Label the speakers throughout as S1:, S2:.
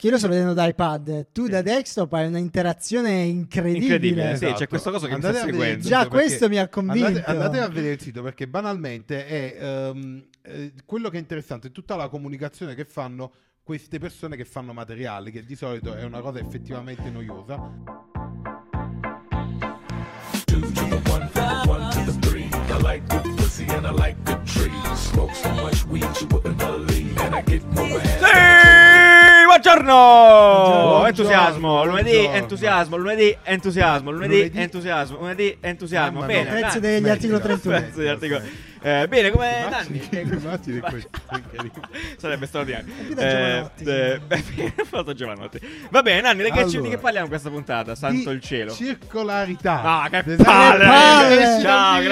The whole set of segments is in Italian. S1: che io lo sto vedendo da iPad, tu da desktop hai un'interazione incredibile.
S2: Incredibile, sì,
S3: Esatto.
S2: c'è questo coso che mi
S3: Andate
S2: sta
S3: a vedere il
S2: seguendo.
S1: Già
S3: sito
S1: questo mi ha convinto.
S3: Andate, andate a vedere il sito perché banalmente è ehm, eh, quello che è interessante è tutta la comunicazione che fanno queste persone che fanno materiale, che di solito è una cosa effettivamente noiosa.
S4: two to the one, from the one to the three. I like good pussy and I like good trees. Smoke so much weed you wouldn't believe, and I get more ass. than a toy.
S2: Sì, buongiorno!
S3: Buongiorno,
S2: Entusiasmo, lunedì
S3: buongiorno.
S2: entusiasmo, lunedì entusiasmo, lunedì
S3: Lunedì.
S2: entusiasmo, lunedì entusiasmo.
S3: Mamma
S2: Bene,
S3: mia.
S1: Pezzo
S2: dai.
S1: degli
S3: meglio,
S1: articolo
S3: meglio.
S1: 31.
S2: Pezzo di articolo. Eh, bene, come
S3: Immagini-
S2: Nanni?
S3: immagini questo, incredibile.
S2: Sarebbe straordinario.
S1: E qui da Giovanotti,
S2: eh, eh, fatto Giovanotti. Va bene, Nanni, le che-
S3: Allora.
S2: di che parliamo in questa puntata? Santo
S3: Di
S2: il cielo.
S3: Circolarità.
S2: Ah, che
S3: Design-
S2: palle, eh,
S1: palle!
S3: Esci
S2: Ciao,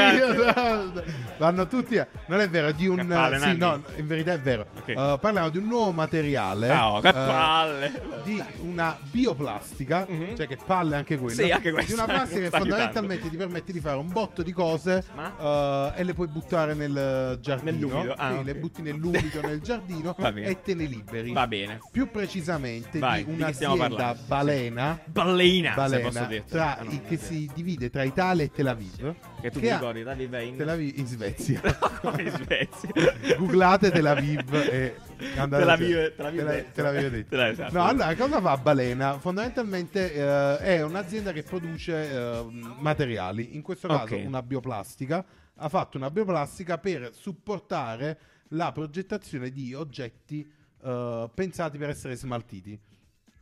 S3: dal video! Vanno tutti. a- Non è vero, di un.
S2: Che palle,
S3: sì,
S2: Nanni.
S3: no, in verità è vero.
S2: Ok.
S3: Eh, parliamo di un nuovo materiale.
S2: Ciao, che
S3: eh,
S2: palle.
S3: di una bioplastica,
S2: Mhm.
S3: cioè che palle anche quella.
S2: Sì, anche questa.
S3: Di una plastica che
S2: Sta aiutando.
S3: fondamentalmente ti permette di fare un botto di cose eh, e le puoi buttare nel eh, giardino.
S2: Nell'umido, ah,
S3: sì,
S2: ok.
S3: le butti nell'umido nel giardino
S2: Va bene.
S3: e te ne liberi.
S2: Va bene.
S3: Più precisamente
S2: Vai,
S3: di
S2: di che stiamo
S3: un'azienda
S2: parlando?
S3: balena
S2: Balena, se
S3: balena
S2: posso dirti.
S3: tra
S2: Ah, no,
S3: i- che
S2: sì.
S3: si divide tra Italia e Tel Aviv.
S2: Che tu mi
S3: ha-
S2: ricordi, Tel Aviv è in-
S3: Tel Aviv in Svezia.
S2: in Svezia.
S3: Googlate Tel Aviv e andate
S2: Te la
S3: a-
S2: vive, te la
S3: te la-
S2: vive.
S3: te la vive detto.
S2: Te la- esatto.
S3: No, allora cosa fa Balena? Fondamentalmente eh, è un'azienda che produce eh, materiali, in questo caso
S2: Ok.
S3: una bioplastica. Ha fatto una bioplastica per supportare la progettazione di oggetti eh, pensati per essere smaltiti.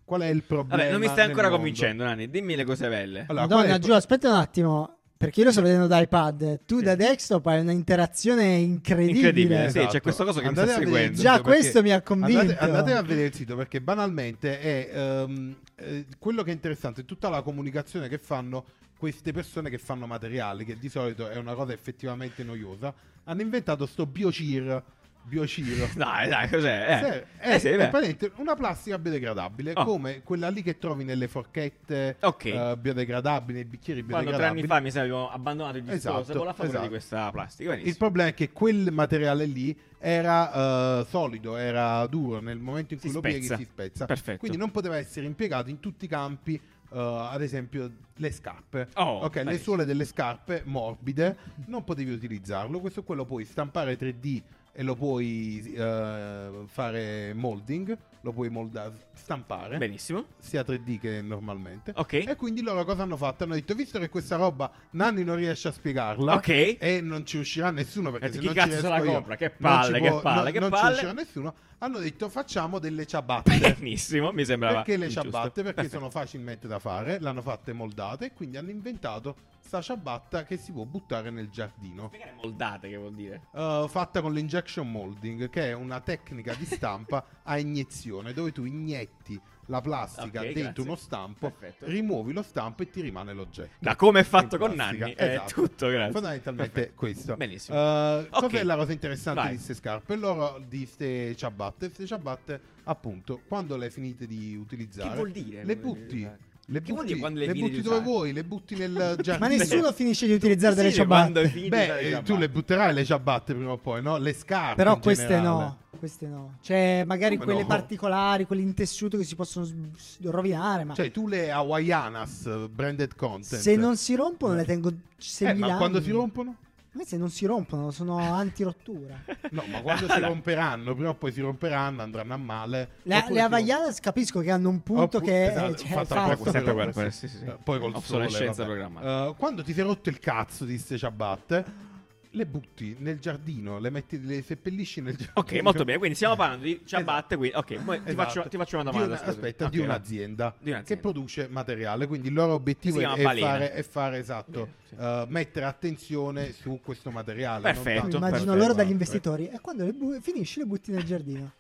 S3: Qual è il problema?
S2: Vabbè, non mi stai
S3: nel
S2: ancora
S3: mondo?
S2: convincendo, Nanni. Dimmi le cose belle.
S3: Allora, qual è
S1: Madonna,
S3: il
S1: giù, aspetta un attimo, perché io lo sto vedendo da iPad, tu
S2: Sì.
S1: da desktop hai un'interazione incredibile.
S3: Eh,
S2: Incredibile, sì. c'è questo coso che mi
S3: Andate
S2: sta
S3: a vedere il
S2: seguendo.
S3: sito
S1: Già, questo mi ha convinto.
S3: Andate, andate a vedere il sito perché banalmente è ehm, eh, quello che è interessante è tutta la comunicazione che fanno queste persone che fanno materiali, che di solito è una cosa effettivamente noiosa. Hanno inventato sto biocir. Biocir.
S2: Dai, dai, cos'è?
S3: Se-
S2: Eh,
S3: È,
S2: eh, sì,
S3: è
S2: beh.
S3: praticamente una plastica biodegradabile
S2: Oh.
S3: come quella lì che trovi nelle forchette
S2: Ok.
S3: eh, biodegradabili, nei bicchieri
S2: Quando
S3: biodegradabili.
S2: tre anni fa mi sa abbiamo abbandonato il discorso
S3: Esatto,
S2: con la paura di
S3: esatto.
S2: questa plastica.
S3: Il
S2: Benissimo.
S3: problema è che quel materiale lì era eh, solido, era duro, nel momento in
S2: Si
S3: cui lo
S2: spezza.
S3: pieghi si spezza.
S2: Perfetto.
S3: Quindi non poteva essere impiegato in tutti i campi, eh, ad esempio le scarpe.
S2: Oh,
S3: ok, le
S2: benissimo.
S3: suole delle scarpe morbide, non potevi utilizzarlo. Questo qua lo puoi stampare 3D e lo puoi eh, fare molding, lo puoi molda- stampare
S2: Benissimo.
S3: sia 3D che normalmente.
S2: Ok.
S3: E quindi loro cosa hanno fatto? Hanno detto, visto che questa roba Nanni non riesce a spiegarla
S2: Ok.
S3: e non ci uscirà nessuno perché
S2: Eh,
S3: se
S2: chi
S3: non
S2: cazzo
S3: ci
S2: se
S3: riesco
S2: la
S3: io,
S2: compra? Che
S3: non ci
S2: palle, che
S3: può-
S2: palle,
S3: no-
S2: che
S3: non
S2: palle.
S3: ci uscirà nessuno, hanno detto facciamo delle ciabatte.
S2: Benissimo, mi sembrava.
S3: Perché le
S2: giusto.
S3: ciabatte? Perché
S2: Perfetto.
S3: sono facilmente da fare, l'hanno fatte moldate e quindi hanno inventato sta ciabatta che si può buttare nel giardino.
S2: Perché le moldate, che vuol dire?
S3: Eh, fatta con l'injection molding, che è una tecnica di stampa a iniezione, dove tu inietti la plastica
S2: Ok,
S3: dentro
S2: grazie.
S3: uno stampo,
S2: Perfetto.
S3: rimuovi lo stampo e ti rimane l'oggetto.
S2: Da come è fatto
S3: In
S2: con
S3: plastica,
S2: Nanni. È
S3: esatto.
S2: tutto, grazie.
S3: Fondamentalmente
S2: Perfetto.
S3: questo.
S2: Benissimo.
S3: Eh,
S2: Ok.
S3: Cos'è la cosa interessante
S2: Vai.
S3: di queste scarpe? Loro di queste ciabatte, queste ciabatte, appunto, quando le finite di utilizzare,
S2: Che vuol dire?
S3: le butti. Le
S2: Che vuol
S3: butti,
S2: dire quando le
S3: le
S2: finite di
S3: butti dove
S2: usare?
S3: vuoi, le butti nel giardino.
S1: Ma nessuno finisce di utilizzare
S2: Sì,
S1: delle
S2: quando
S1: ciabatte.
S2: è finito
S3: Beh,
S2: le
S3: eh,
S2: ciabatte.
S3: tu le butterai le ciabatte prima o poi, no? Le scarpe.
S1: Però
S3: in
S1: queste
S3: generale.
S1: no, queste no. Cioè, magari
S3: Come
S1: quelle
S3: no?
S1: particolari, quelle in tessuto che si possono s- s- rovinare, ma
S3: Cioè, tu le Hawaiianas eh, branded content.
S1: Ah. se non si rompono le
S3: Eh.
S1: tengo
S3: Eh,
S1: 6.000
S3: ma quando
S1: anni.
S3: si rompono?
S1: A me se non si rompono sono antirottura.
S3: No, ma quando si romperanno, prima o poi si romperanno, andranno a male.
S1: Le,
S3: oppure
S1: le
S3: si-
S1: Havaianas capisco che hanno un punto
S3: oppu-
S1: che
S3: esatto,
S1: cioè,
S3: fatta
S1: fa-
S3: apposta
S2: Sempre
S3: per
S2: quella,
S3: questo.
S2: sì, sì, sì.
S3: Eh, Poi col
S2: Obsolescenza
S3: sole, vabbè.
S2: programmata.
S3: Eh, quando ti sei rotto il cazzo di queste ciabatte, le butti nel giardino, le metti, le seppellisci nel giardino.
S2: Ok, molto bene. Quindi stiamo parlando di ciabatte.
S3: Esatto.
S2: Quindi, ok, poi ti,
S3: Esatto.
S2: faccio, ti faccio una
S3: Di
S2: domanda. scusami.
S3: aspetta,
S2: Ok,
S3: di,
S2: vai.
S3: un'azienda
S2: Di un'azienda.
S3: che produce materiale, quindi il loro obiettivo
S2: Si
S3: è,
S2: chiama
S3: è
S2: Balena.
S3: fare, è fare, esatto,
S2: Bene, sì.
S3: eh, mettere attenzione su questo materiale. non
S2: Perfetto.
S3: tanto-
S1: Immagino
S2: Perfetto.
S1: loro dagli investitori. E quando le bu- finisci le butti nel giardino.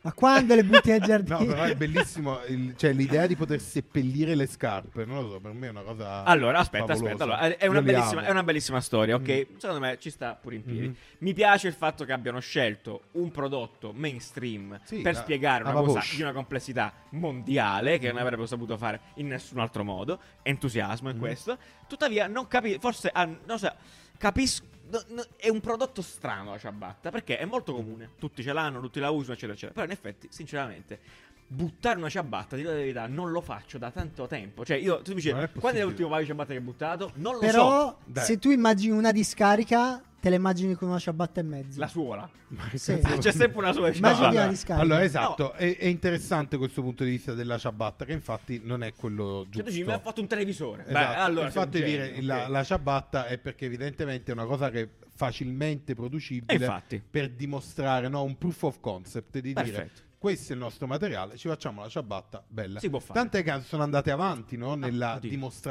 S1: Ma quando le butti nel giardino?
S3: No, però è bellissimo il- cioè, l'idea di poter seppellire le scarpe. Non lo so, per me è una cosa.
S2: Allora, aspetta,
S3: favolosa. Mm.
S2: aspetta. Allora, è, una
S3: Io li
S2: bellissima,
S3: amo.
S2: è una bellissima storia, ok? Secondo me ci sta pure in piedi.
S3: Mhm.
S2: Mi piace il fatto che abbiano scelto un prodotto mainstream
S3: Sì,
S2: per
S3: la-
S2: spiegare
S3: la
S2: una cosa
S3: baboscia.
S2: di una complessità mondiale che non avrebbero saputo fare in nessun altro modo. Entusiasmo in
S3: Mhm.
S2: questo. Tuttavia, non capisco. Forse ah, non so, capisco. no- no- è un prodotto
S3: Mm-hmm.
S2: strano la ciabatta perché è molto comune. Tutti ce l'hanno, tutti la usano, eccetera, eccetera. Però, in effetti, sinceramente. buttare una ciabatta, di la verità, non lo faccio da tanto tempo. Cioè, io, tu mi dici,
S3: Non è
S2: quando è
S3: possibile."
S2: l'ultimo paio di ciabatte che hai buttato? Non lo so.
S1: Però
S3: dai.
S1: se tu immagini una discarica, te la immagini con una ciabatta e mezzo.
S2: La suola.
S1: Sì.
S2: C'è sempre una sola
S1: Immagini
S2: ciabatta.
S1: una discarica.
S3: Allora, esatto, è, è interessante questo punto di vista della ciabatta, che infatti non è quello
S2: Cioè, tu
S3: giusto.
S2: dici, mi ha fatto un televisore. Beh,
S3: Esatto.
S2: allora, cioè, eh,
S3: il fatto di
S2: sei un
S3: dire
S2: genio,
S3: la,
S2: ok.
S3: la ciabatta è perché evidentemente è una cosa che è facilmente
S2: E
S3: producibile
S2: Eh, infatti,
S3: per dimostrare no, un proof of concept di dire
S2: perfetto.
S3: questo è il nostro materiale, ci facciamo la ciabatta bella.
S2: Si può fare. Ah,
S3: Tante che sono andate avanti no, nella
S2: oddio.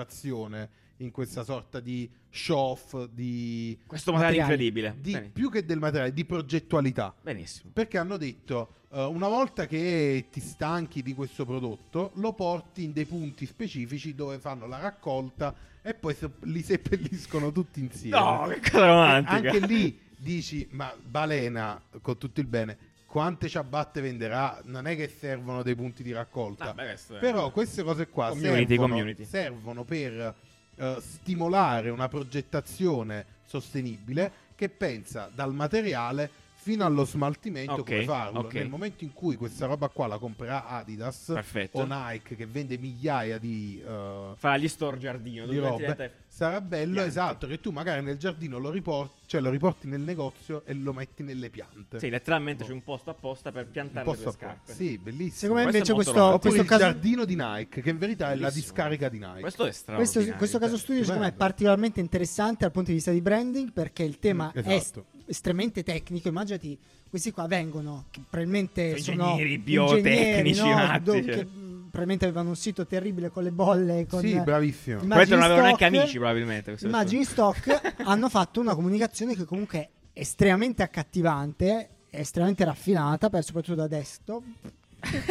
S3: dimostrazione in questa sorta di show off di,
S2: Questo materiale
S1: Materiali.
S2: incredibile.
S3: di-
S2: Bene.
S3: più che del materiale, di progettualità.
S2: Benissimo.
S3: Perché hanno detto eh, una volta che ti stanchi di questo prodotto, lo porti in dei punti specifici dove fanno la raccolta e poi se- li seppelliscono tutti insieme.
S2: No, che cosa
S3: E
S2: romantica.
S3: anche lì dici, ma Balena, con tutto il bene, quante ciabatte venderà? Non è che servono dei punti di raccolta.
S2: No, Ah, beh, questo è-
S3: Però queste cose qua
S2: Community,
S3: servono,
S2: community.
S3: servono per eh, stimolare una progettazione sostenibile che pensa dal materiale fino allo smaltimento
S2: Ok,
S3: come farlo.
S2: ok.
S3: Nel momento in cui questa roba qua la comprerà Adidas
S2: Perfetto.
S3: o Nike che vende migliaia di... eh,
S2: Fa gli store giardino.
S3: di
S2: dove metti
S3: robe,
S2: la te-
S3: sarà bello
S2: piante.
S3: esatto che tu magari nel giardino lo riporti cioè lo riporti nel negozio e lo metti nelle piante
S2: Sì, letteralmente c'è un posto apposta per
S3: un
S2: piantare
S3: po'
S2: le tue scarpe.
S3: scarpe sì bellissimo
S1: Secondo me
S2: Questo è
S1: invece
S2: molto
S1: questo,
S2: romantico.
S3: Oppure
S1: questo
S3: il
S1: caso,
S3: giardino di Nike che in verità è la
S2: Bellissimo.
S3: discarica di Nike
S2: Questo è strano.
S1: questo,
S3: straordinario,
S1: questo
S2: Cioè,
S1: caso studio secondo me è
S3: stupendo.
S1: particolarmente interessante dal punto di vista di branding perché il tema
S3: Mm,
S1: è
S3: esatto.
S1: est- estremamente tecnico. Immaginati, questi qua vengono, che probabilmente
S2: Sono
S1: sono
S2: ingegneri biotecnici,
S1: ingegneri, no?
S2: matti,
S1: Do-
S2: cioè.
S1: che, mh, probabilmente avevano un sito terribile con le bolle, con
S3: sì bravissimo
S1: immagini
S2: Probabilmente non avevano neanche
S1: stock.
S2: amici, probabilmente. queste
S1: immagini stock hanno fatto una comunicazione che comunque è estremamente accattivante, è estremamente raffinata, per- soprattutto da desktop.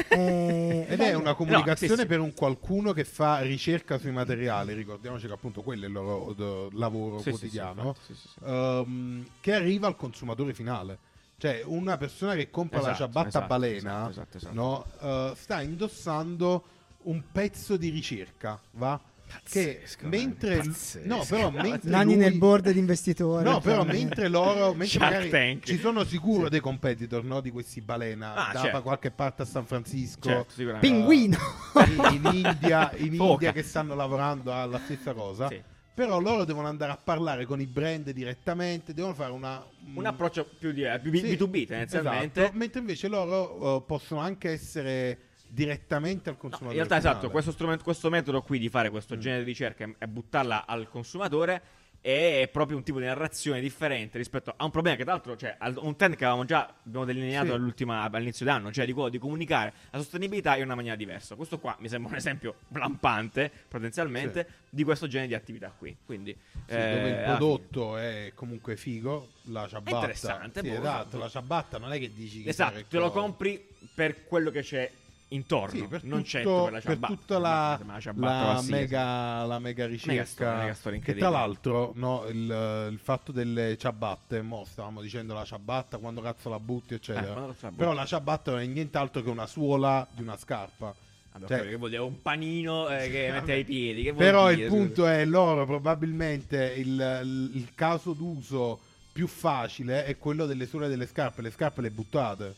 S1: Eh,
S3: ed è
S1: bello.
S3: una comunicazione
S2: sì, sì.
S3: per un qualcuno che fa ricerca sui materiali ricordiamoci che appunto quello è il loro d- lavoro
S2: persone. Sì, sì, sì,
S3: quotidiano
S2: infatti, sì, sì, sì.
S3: ehm, che arriva al consumatore finale cioè una persona che compra la
S2: Esatto,
S3: ciabatta
S2: esatto,
S3: balena
S2: esatto, esatto, esatto.
S3: no? Eh, sta indossando un pezzo di ricerca va? che
S2: Pazzesco,
S3: mentre
S2: pazzesco.
S3: no però mentre
S1: Nani
S3: lui-
S1: nel board di investitore.
S3: No, però
S1: cioè,
S3: mentre loro mentre
S2: Shark
S3: magari
S2: Tank.
S3: ci sono sicuro dei competitor no, di questi balena
S2: Ah,
S3: da
S2: certo.
S3: qualche parte a San Francisco
S2: Certo, sicuramente.
S1: Pinguino.
S3: in, in India, in
S2: Foca.
S3: India che stanno lavorando alla stessa cosa.
S2: Sì.
S3: Però loro devono andare a parlare con i brand direttamente, devono fare una,
S2: Un approccio più, di, eh, più
S3: Sì,
S2: B2B tendenzialmente.
S3: esatto. Mentre invece loro eh, possono anche essere direttamente al
S2: No, in
S3: consumatore. Mm.
S2: realtà,
S3: finale.
S2: esatto, questo, strumento, questo metodo qui di fare questo genere di ricerca e- e buttarla al consumatore è proprio un tipo di narrazione differente rispetto a un problema che, tra l'altro, cioè, al- un trend che avevamo già abbiamo delineato
S3: Sì.
S2: all'ultima- all'inizio d'anno, cioè di quello di comunicare la sostenibilità in una maniera diversa. Questo qua mi sembra un esempio lampante, potenzialmente, di questo genere di attività qui. Quindi,
S3: Sì,
S2: eh,
S3: dove il
S2: alla fine.
S3: prodotto è comunque figo, la ciabatta.
S2: interessante,
S3: sì,
S2: boh,
S3: esatto,
S2: esatto.
S3: la ciabatta non è che dici diciamo, che
S2: Esatto,
S3: fare
S2: te lo
S3: cosa.
S2: compri per quello che c'è intorno,
S3: Sì, per
S2: non c'è
S3: tutto-
S2: per la ciabatta.
S3: per tutta la,
S2: ma ciabatta
S3: la
S2: qualsiasi.
S3: mega, la mega ricerca
S2: Mega storia, mega storia
S3: che
S2: incredibile.
S3: tra l'altro no, il, il fatto delle ciabatte mo stavamo dicendo la ciabatta quando cazzo la butti
S2: Eh,
S3: eccetera
S2: quando lo sa-
S3: però la ciabatta non è nient'altro che una suola di una scarpa
S2: Vabbè,
S3: Cioè-
S2: quello che vuol dire un panino eh, che mette ai piedi. Che vuol
S3: però
S2: dire?
S3: il punto è loro probabilmente il, il caso d'uso più facile è quello delle suole delle scarpe le scarpe le buttate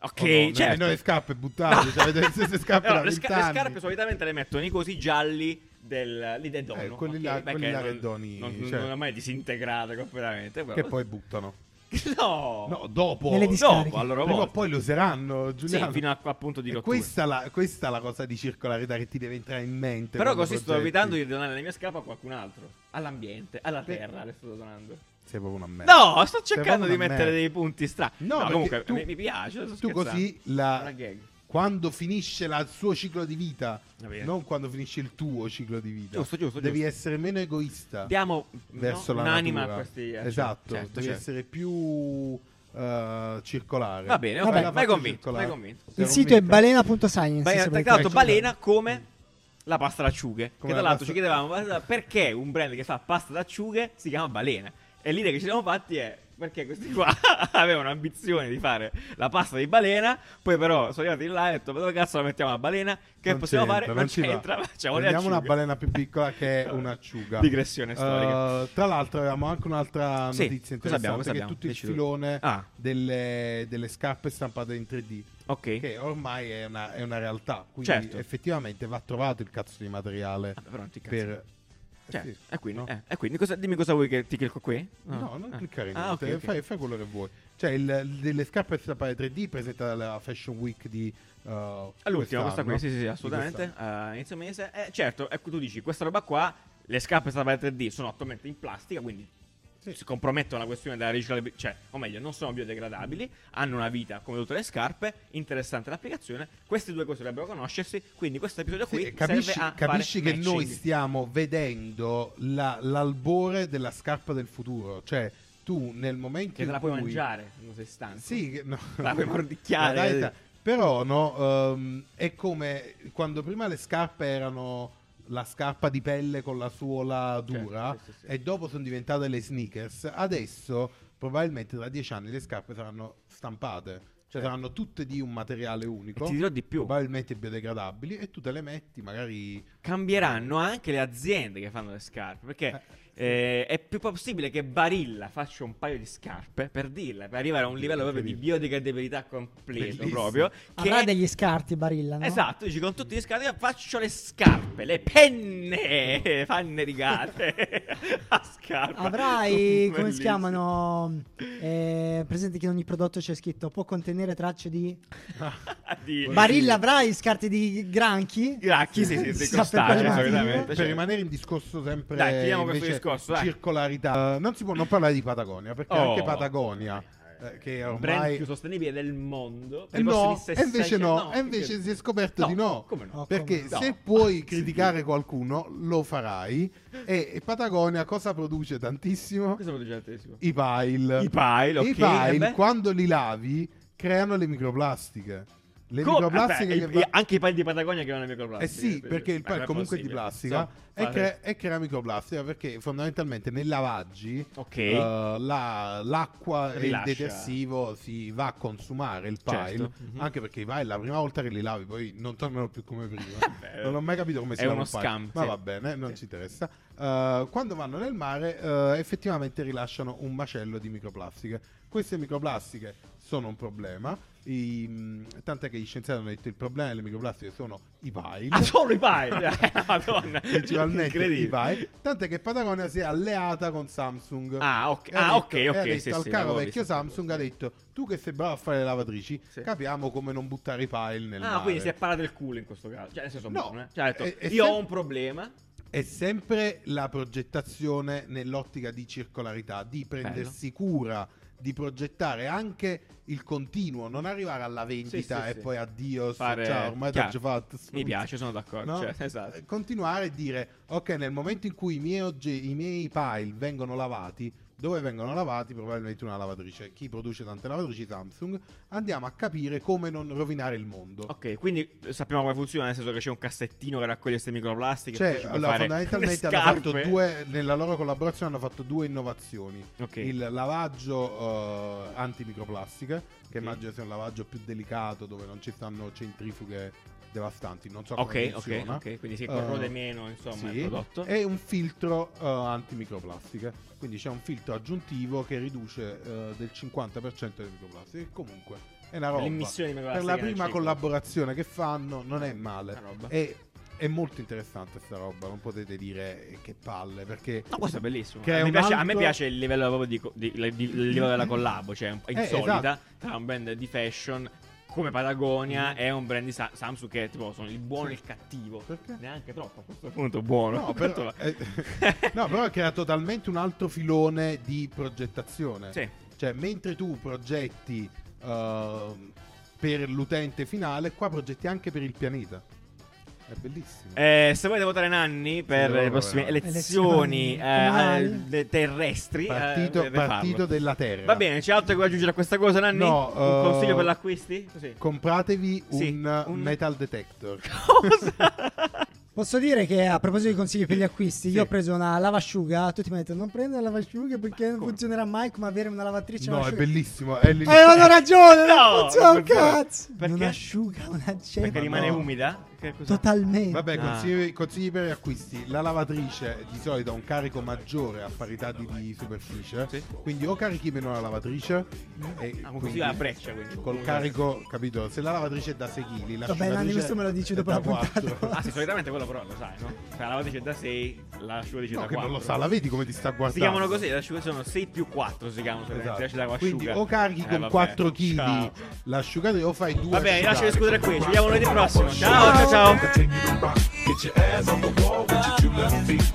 S2: Ok,
S3: Oh no,
S2: certo.
S3: nemmeno le scarpe buttate
S2: No.
S3: cioè, avete le stesse scarpe
S2: Allora,
S3: da
S2: le, sca- le
S3: 20 anni.
S2: scarpe solitamente le mettono i cosi gialli del, lì del dono.
S3: Eh, quelli
S2: ok?
S3: là-
S2: Beh,
S3: quelli
S2: che
S3: là
S2: non-
S3: che doni,
S2: Non,
S3: cioè.
S2: non è mai disintegrata completamente. però-
S3: che poi buttano
S2: No!
S3: no dopo
S1: Nelle dis-
S2: Dopo,
S1: Scarichi.
S2: allora,
S3: Prima o
S2: volta.
S3: poi lo useranno, Giuliano.
S2: Sì, fino a- al punto di
S3: E
S2: rottura.
S3: questa, la, questa è la cosa di circolarità che ti deve entrare in mente.
S2: Però
S3: quando
S2: così sto
S3: progetti.
S2: evitando di donare le mie scarpe a qualcun altro. All'ambiente, alla
S3: Beh.
S2: terra le sto donando.
S3: Sei proprio una merda.
S2: No, sto
S3: Sei
S2: cercando
S3: proprio
S2: di
S3: una
S2: mettere
S3: merda.
S2: dei punti strani.
S3: No, perché
S2: comunque
S3: tu-
S2: mi, mi piace. sto
S3: Tu
S2: scherzando.
S3: così, la-
S2: Una gag.
S3: quando finisce la- il suo ciclo di vita,
S2: Va bene.
S3: non quando finisce il tuo ciclo di vita,
S2: Giusto, giusto,
S3: devi
S2: giusto.
S3: essere meno egoista
S2: Diamo
S3: verso
S2: no,
S3: la
S2: un'anima
S3: natura.
S2: a questi. eh,
S3: esatto,
S2: certo,
S3: devi
S2: certo.
S3: essere più eh, circolare.
S2: Va bene,
S1: Vabbè,
S2: ok,
S3: la
S2: mi hai
S3: faccio
S2: convinto.
S3: circolare.
S2: Mi hai convinto.
S3: Te
S1: Il
S3: lo
S1: sito è
S3: metto.
S1: balena.science.
S2: Vai,
S1: se
S2: tra
S1: volete.
S2: l'altro,
S3: ecco.
S2: balena come la pasta d'acciughe.
S3: Come
S2: che tra
S3: la
S2: l'altro ci
S3: pasta-
S2: chiedevamo ma perché un brand che fa pasta d'acciughe si chiama balena. E l'idea che ci siamo fatti è perché questi qua avevano ambizione di fare la pasta di balena. Poi, però, sono arrivati là e ho detto: Ma dove cazzo la mettiamo la balena? Che
S3: Non
S2: possiamo
S3: c'entra,
S2: fare?
S3: non
S2: Non
S3: ci va.
S2: c'entra. Facciamo le
S3: Prendiamo una
S2: acciughe.
S3: balena più piccola che è un'acciuga.
S2: Digressione storica.
S3: Eh, tra l'altro avevamo anche un'altra
S2: Sì,
S3: notizia
S2: cosa abbiamo, Ah.
S3: interessante
S2: cosa
S3: che è
S2: abbiamo?
S3: tutto il
S2: Dici tu.
S3: filone
S2: Ah.
S3: delle, delle scarpe stampate in 3D.
S2: Ok.
S3: che ormai è una, è una realtà. Quindi
S2: Certo.
S3: effettivamente va trovato il cazzo di materiale
S2: Vabbè, però non ti cazzo.
S3: per...
S2: Cioè,
S3: eh sì,
S2: e quindi,
S3: no?
S2: eh, e quindi cosa- dimmi cosa vuoi che ti clicco qui?
S3: No, non
S2: Ah.
S3: cliccare
S2: Ah,
S3: niente,
S2: ok, ok.
S3: Fai, fai quello che vuoi. Cioè, il, delle scarpe stampate 3D presentata alla Fashion Week di... eh,
S2: All'ultima, questa
S3: quest'anno.
S2: qui, sì, sì, sì,
S3: Di
S2: assolutamente. a inizio mese, eh, certo, ecco tu dici questa roba qua. Le scarpe stampada 3D sono attualmente in plastica, quindi
S3: Sì.
S2: si compromettono la questione della riciclabilità, cioè, o meglio, non sono biodegradabili, hanno una vita come tutte le scarpe. Interessante l'applicazione. Queste due cose dovrebbero conoscersi. Quindi, questo episodio
S3: Sì,
S2: qui
S3: e capisci
S2: serve a
S3: capisci
S2: fare
S3: che noi
S2: matching.
S3: stiamo vedendo la- l'albore della scarpa del futuro. Cioè, tu nel momento
S2: che
S3: in
S2: te la
S3: cui...
S2: puoi mangiare, non sei stanco.
S3: Sì, che- no.
S2: La puoi mordicchiare.
S3: La verità. Però no, ehm, è come quando prima le scarpe erano la scarpa di pelle con la suola
S2: Certo,
S3: dura
S2: sì, sì, sì.
S3: e dopo sono diventate le sneakers. Adesso probabilmente tra dieci anni le scarpe saranno stampate. Cioè saranno tutte di un materiale unico,
S2: Certo. E ti dirò di più.
S3: probabilmente biodegradabili, e tu te le metti magari...
S2: cambieranno anche le aziende che fanno le scarpe. Perché eh, è più possibile che Barilla faccia un paio di scarpe per dirla, per arrivare a un livello proprio di biodegradabilità completo.
S3: Bellissimo.
S2: Proprio che
S1: Avrà degli scarti Barilla, no?
S2: Esatto, dici con tutti gli scarti faccio le scarpe, le penne, panne rigate a scarpa.
S1: Avrai, come si
S2: Bellissimo.
S1: chiamano, eh, presente che in ogni prodotto c'è scritto può contenere tracce di...
S2: Di-
S1: Barilla avrai scarti di granchi?
S2: Gracchi, sì, sì,
S1: Chissà per
S2: sì, crostacei,
S1: quale motivo.
S2: solitamente,
S3: Per
S2: cioè.
S3: rimanere in discorso sempre
S2: Dai, chiudiamo questo
S3: invece,
S2: discorso, dai.
S3: circolarità, eh, non si può non parlare di Patagonia, perché
S2: Oh.
S3: anche Patagonia, eh, che
S2: Il brand
S3: ormai
S2: più sostenibile del mondo.
S3: Eh no, e invece no, e invece si è scoperto di no.
S2: Come no?
S1: Oh,
S3: Perché
S1: come
S2: no.
S3: se
S2: No.
S3: puoi
S2: Sì.
S3: criticare qualcuno, lo farai. E, e Patagonia cosa produce tantissimo?
S2: Cosa vuol dire il tedesco?
S3: I pile.
S2: I pile,
S3: Eh, I
S2: ok,
S3: pile,
S2: eh beh.
S3: quando li lavi, creano le microplastiche. Le
S2: Co- eh
S3: microplastiche
S2: vabbè,
S3: che
S2: i-
S3: va-
S2: Anche i pali di Patagonia che non è microplastica.
S3: Eh sì, perché il pile comunque è di plastica e, crea, e crea microplastica perché fondamentalmente nei lavaggi
S2: Ok.
S3: eh, la- l'acqua
S2: Rilascia.
S3: e il detersivo si va a consumare il pile, mm-hmm.
S2: Certo. Mhm.
S3: anche perché i pile la prima volta che li lavi poi non tornano più come prima.
S2: Beh,
S3: non ho mai capito come si
S2: è
S3: lava
S2: uno
S3: un pile,
S2: scam,
S3: ma
S2: sì.
S3: va bene, non ci interessa. Eh, quando vanno nel mare eh, effettivamente rilasciano un macello di microplastiche. Queste microplastiche sono un problema. i- mh, tant'è che gli scienziati hanno detto il problema delle microplastiche sono i pile
S2: Ah, solo i pile! Madonna.
S3: principalmente
S2: Incredibile.
S3: Levi. Tant'è che Patagonia si è alleata con Samsung.
S2: Ah, ok,
S3: E ha
S2: ah, ok,
S3: detto- e ha
S2: ok,
S3: detto
S2: sì,
S3: al
S2: sì,
S3: caro
S2: l'avevo
S3: vecchio
S2: visto.
S3: Samsung ha detto: Tu che sei bravo a fare le lavatrici,
S2: Sì.
S3: capiamo come non buttare i pile nel
S2: Ah,
S3: mare.
S2: quindi si è parato il culo in questo caso. Cioè, nel senso,
S3: No,
S2: buono, eh. Cioè, ha detto,
S3: e- e
S2: io
S3: se-
S2: ho un problema.
S3: È sempre la progettazione nell'ottica di circolarità, di prendersi cura, di progettare anche il continuo, non arrivare alla vendita
S2: sì,
S3: e
S2: sì.
S3: poi addio,
S2: Fare-
S3: ciao, ormai ti
S2: chiaro.
S3: ho già fatto.
S2: Mi piace, sono d'accordo.
S3: No? Eh,
S2: Cioè, esatto.
S3: Continuare e dire, ok, nel momento in cui i miei, ogge- i miei pile vengono lavati, dove vengono lavati? Probabilmente una lavatrice. Chi produce tante lavatrici Samsung, andiamo a capire come non rovinare il mondo.
S2: Ok, quindi eh, sappiamo come funziona, nel senso che c'è un cassettino che raccoglie queste microplastiche. e poi
S3: Cioè,
S2: ci puoi
S3: allora,
S2: fare
S3: fondamentalmente
S2: le
S3: hanno fatto
S2: scarpe.
S3: due, nella loro collaborazione hanno fatto due innovazioni.
S2: Ok.
S3: Il lavaggio anti antimicroplastiche, che
S2: Ok.
S3: immagino sia un lavaggio più delicato dove non ci stanno centrifughe devastanti, non so
S2: Ok,
S3: come
S2: ok,
S3: funziona.
S2: ok, quindi si
S3: Eh,
S2: corrode meno, insomma,
S3: sì,
S2: il prodotto.
S3: E un filtro anti antimicroplastiche. Quindi c'è un filtro aggiuntivo che riduce eh, del 50% le microplastiche. E comunque è una roba.
S2: L'immissione di
S3: Per
S2: microplastiche
S3: la
S2: nel
S3: prima
S2: ciclo.
S3: collaborazione che fanno non è male.
S2: Ah, Una roba.
S3: E è molto interessante sta roba, non potete dire eh, che palle, perché
S2: No, questo è bellissimo.
S3: Che
S2: a,
S3: è
S2: me
S3: un
S2: piace, a me
S3: altro-
S2: piace il livello proprio di co- di- di- il livello della collabo, cioè un po'
S3: Eh,
S2: insolita
S3: esatto. Mm-hmm.
S2: tra un brand di fashion come Patagonia e un brand di Sa- Samsung che tipo sono il buono e il cattivo.
S3: Perché?
S2: Neanche troppo a questo punto buono.
S3: No, però, eh, no, però crea totalmente un altro filone di progettazione.
S2: Sì.
S3: Cioè, mentre tu progetti ehm, per l'utente finale, qua progetti anche per il pianeta. È bellissimo.
S2: Eh, se volete votare Nanni per
S3: devo
S2: le prossime
S3: votare.
S1: Elezioni
S2: elezioni, eh,
S1: comunali.
S2: de- terrestri, eh,
S3: partito
S2: dovete farlo.
S3: partito della Terra.
S2: Va bene, c'è altro che vuoi aggiungere a questa cosa, Nanni?
S3: No,
S2: un
S3: eh,
S2: consiglio per l'acquisti? Così.
S3: Compratevi
S2: Sì,
S3: un,
S2: un-
S3: metal detector.
S1: Posso dire che a proposito di consigli per gli acquisti,
S3: Sì.
S1: io ho preso una lavasciuga, tutti mi hanno detto non prendere la lavasciuga perché non
S2: come?
S1: funzionerà mai come avere una lavatrice
S3: No, è
S1: lavasciuga.
S3: bellissimo.
S1: Eh,
S3: È
S1: Avevano ragione,
S2: No,
S1: non funziona un
S2: perché?
S1: cazzo.
S2: Perché?
S1: Non asciuga una ceppa.
S2: Perché rimane
S1: no.
S2: umida? che cos'è?
S1: Totalmente.
S3: Vabbè,
S2: Ah.
S3: consigli, consigli per gli acquisti. La lavatrice di solito ha un carico maggiore a parità di, di superficie.
S2: Sì.
S3: Quindi o carichi meno la lavatrice. E
S2: Ah, ma così
S3: quindi
S2: la breccia quindi.
S3: Col carico, capito? Se la lavatrice è da 6 kg, la
S1: Vabbè, Nanni,
S3: asciugatrice
S1: questo me lo dici
S3: è
S1: dopo
S3: da
S1: la puntata.
S3: 4.
S2: Ah sì, solitamente quello però lo sai, no? Cioè la lavatrice da 6, la asciugatrice
S3: No,
S2: da
S3: che
S2: 4.
S3: non lo sa, la vedi come ti sta guardando.
S2: Si chiamano così, le asciugatrici sono 6 più 4 si chiamano solitamente,
S3: Esatto.
S2: la
S3: Quindi
S2: asciuga.
S3: o carichi
S2: Eh,
S3: con
S2: vabbè.
S3: 4
S2: Ciao.
S3: kg l'asciugatrice o fai due
S2: Vabbè, lascio
S3: asciugate.
S2: discutere qui, ci vediamo lunedì prossimo. Ciao, ciao, ciao.
S4: Continue to rock. Get your ass on the wall with your two left feet.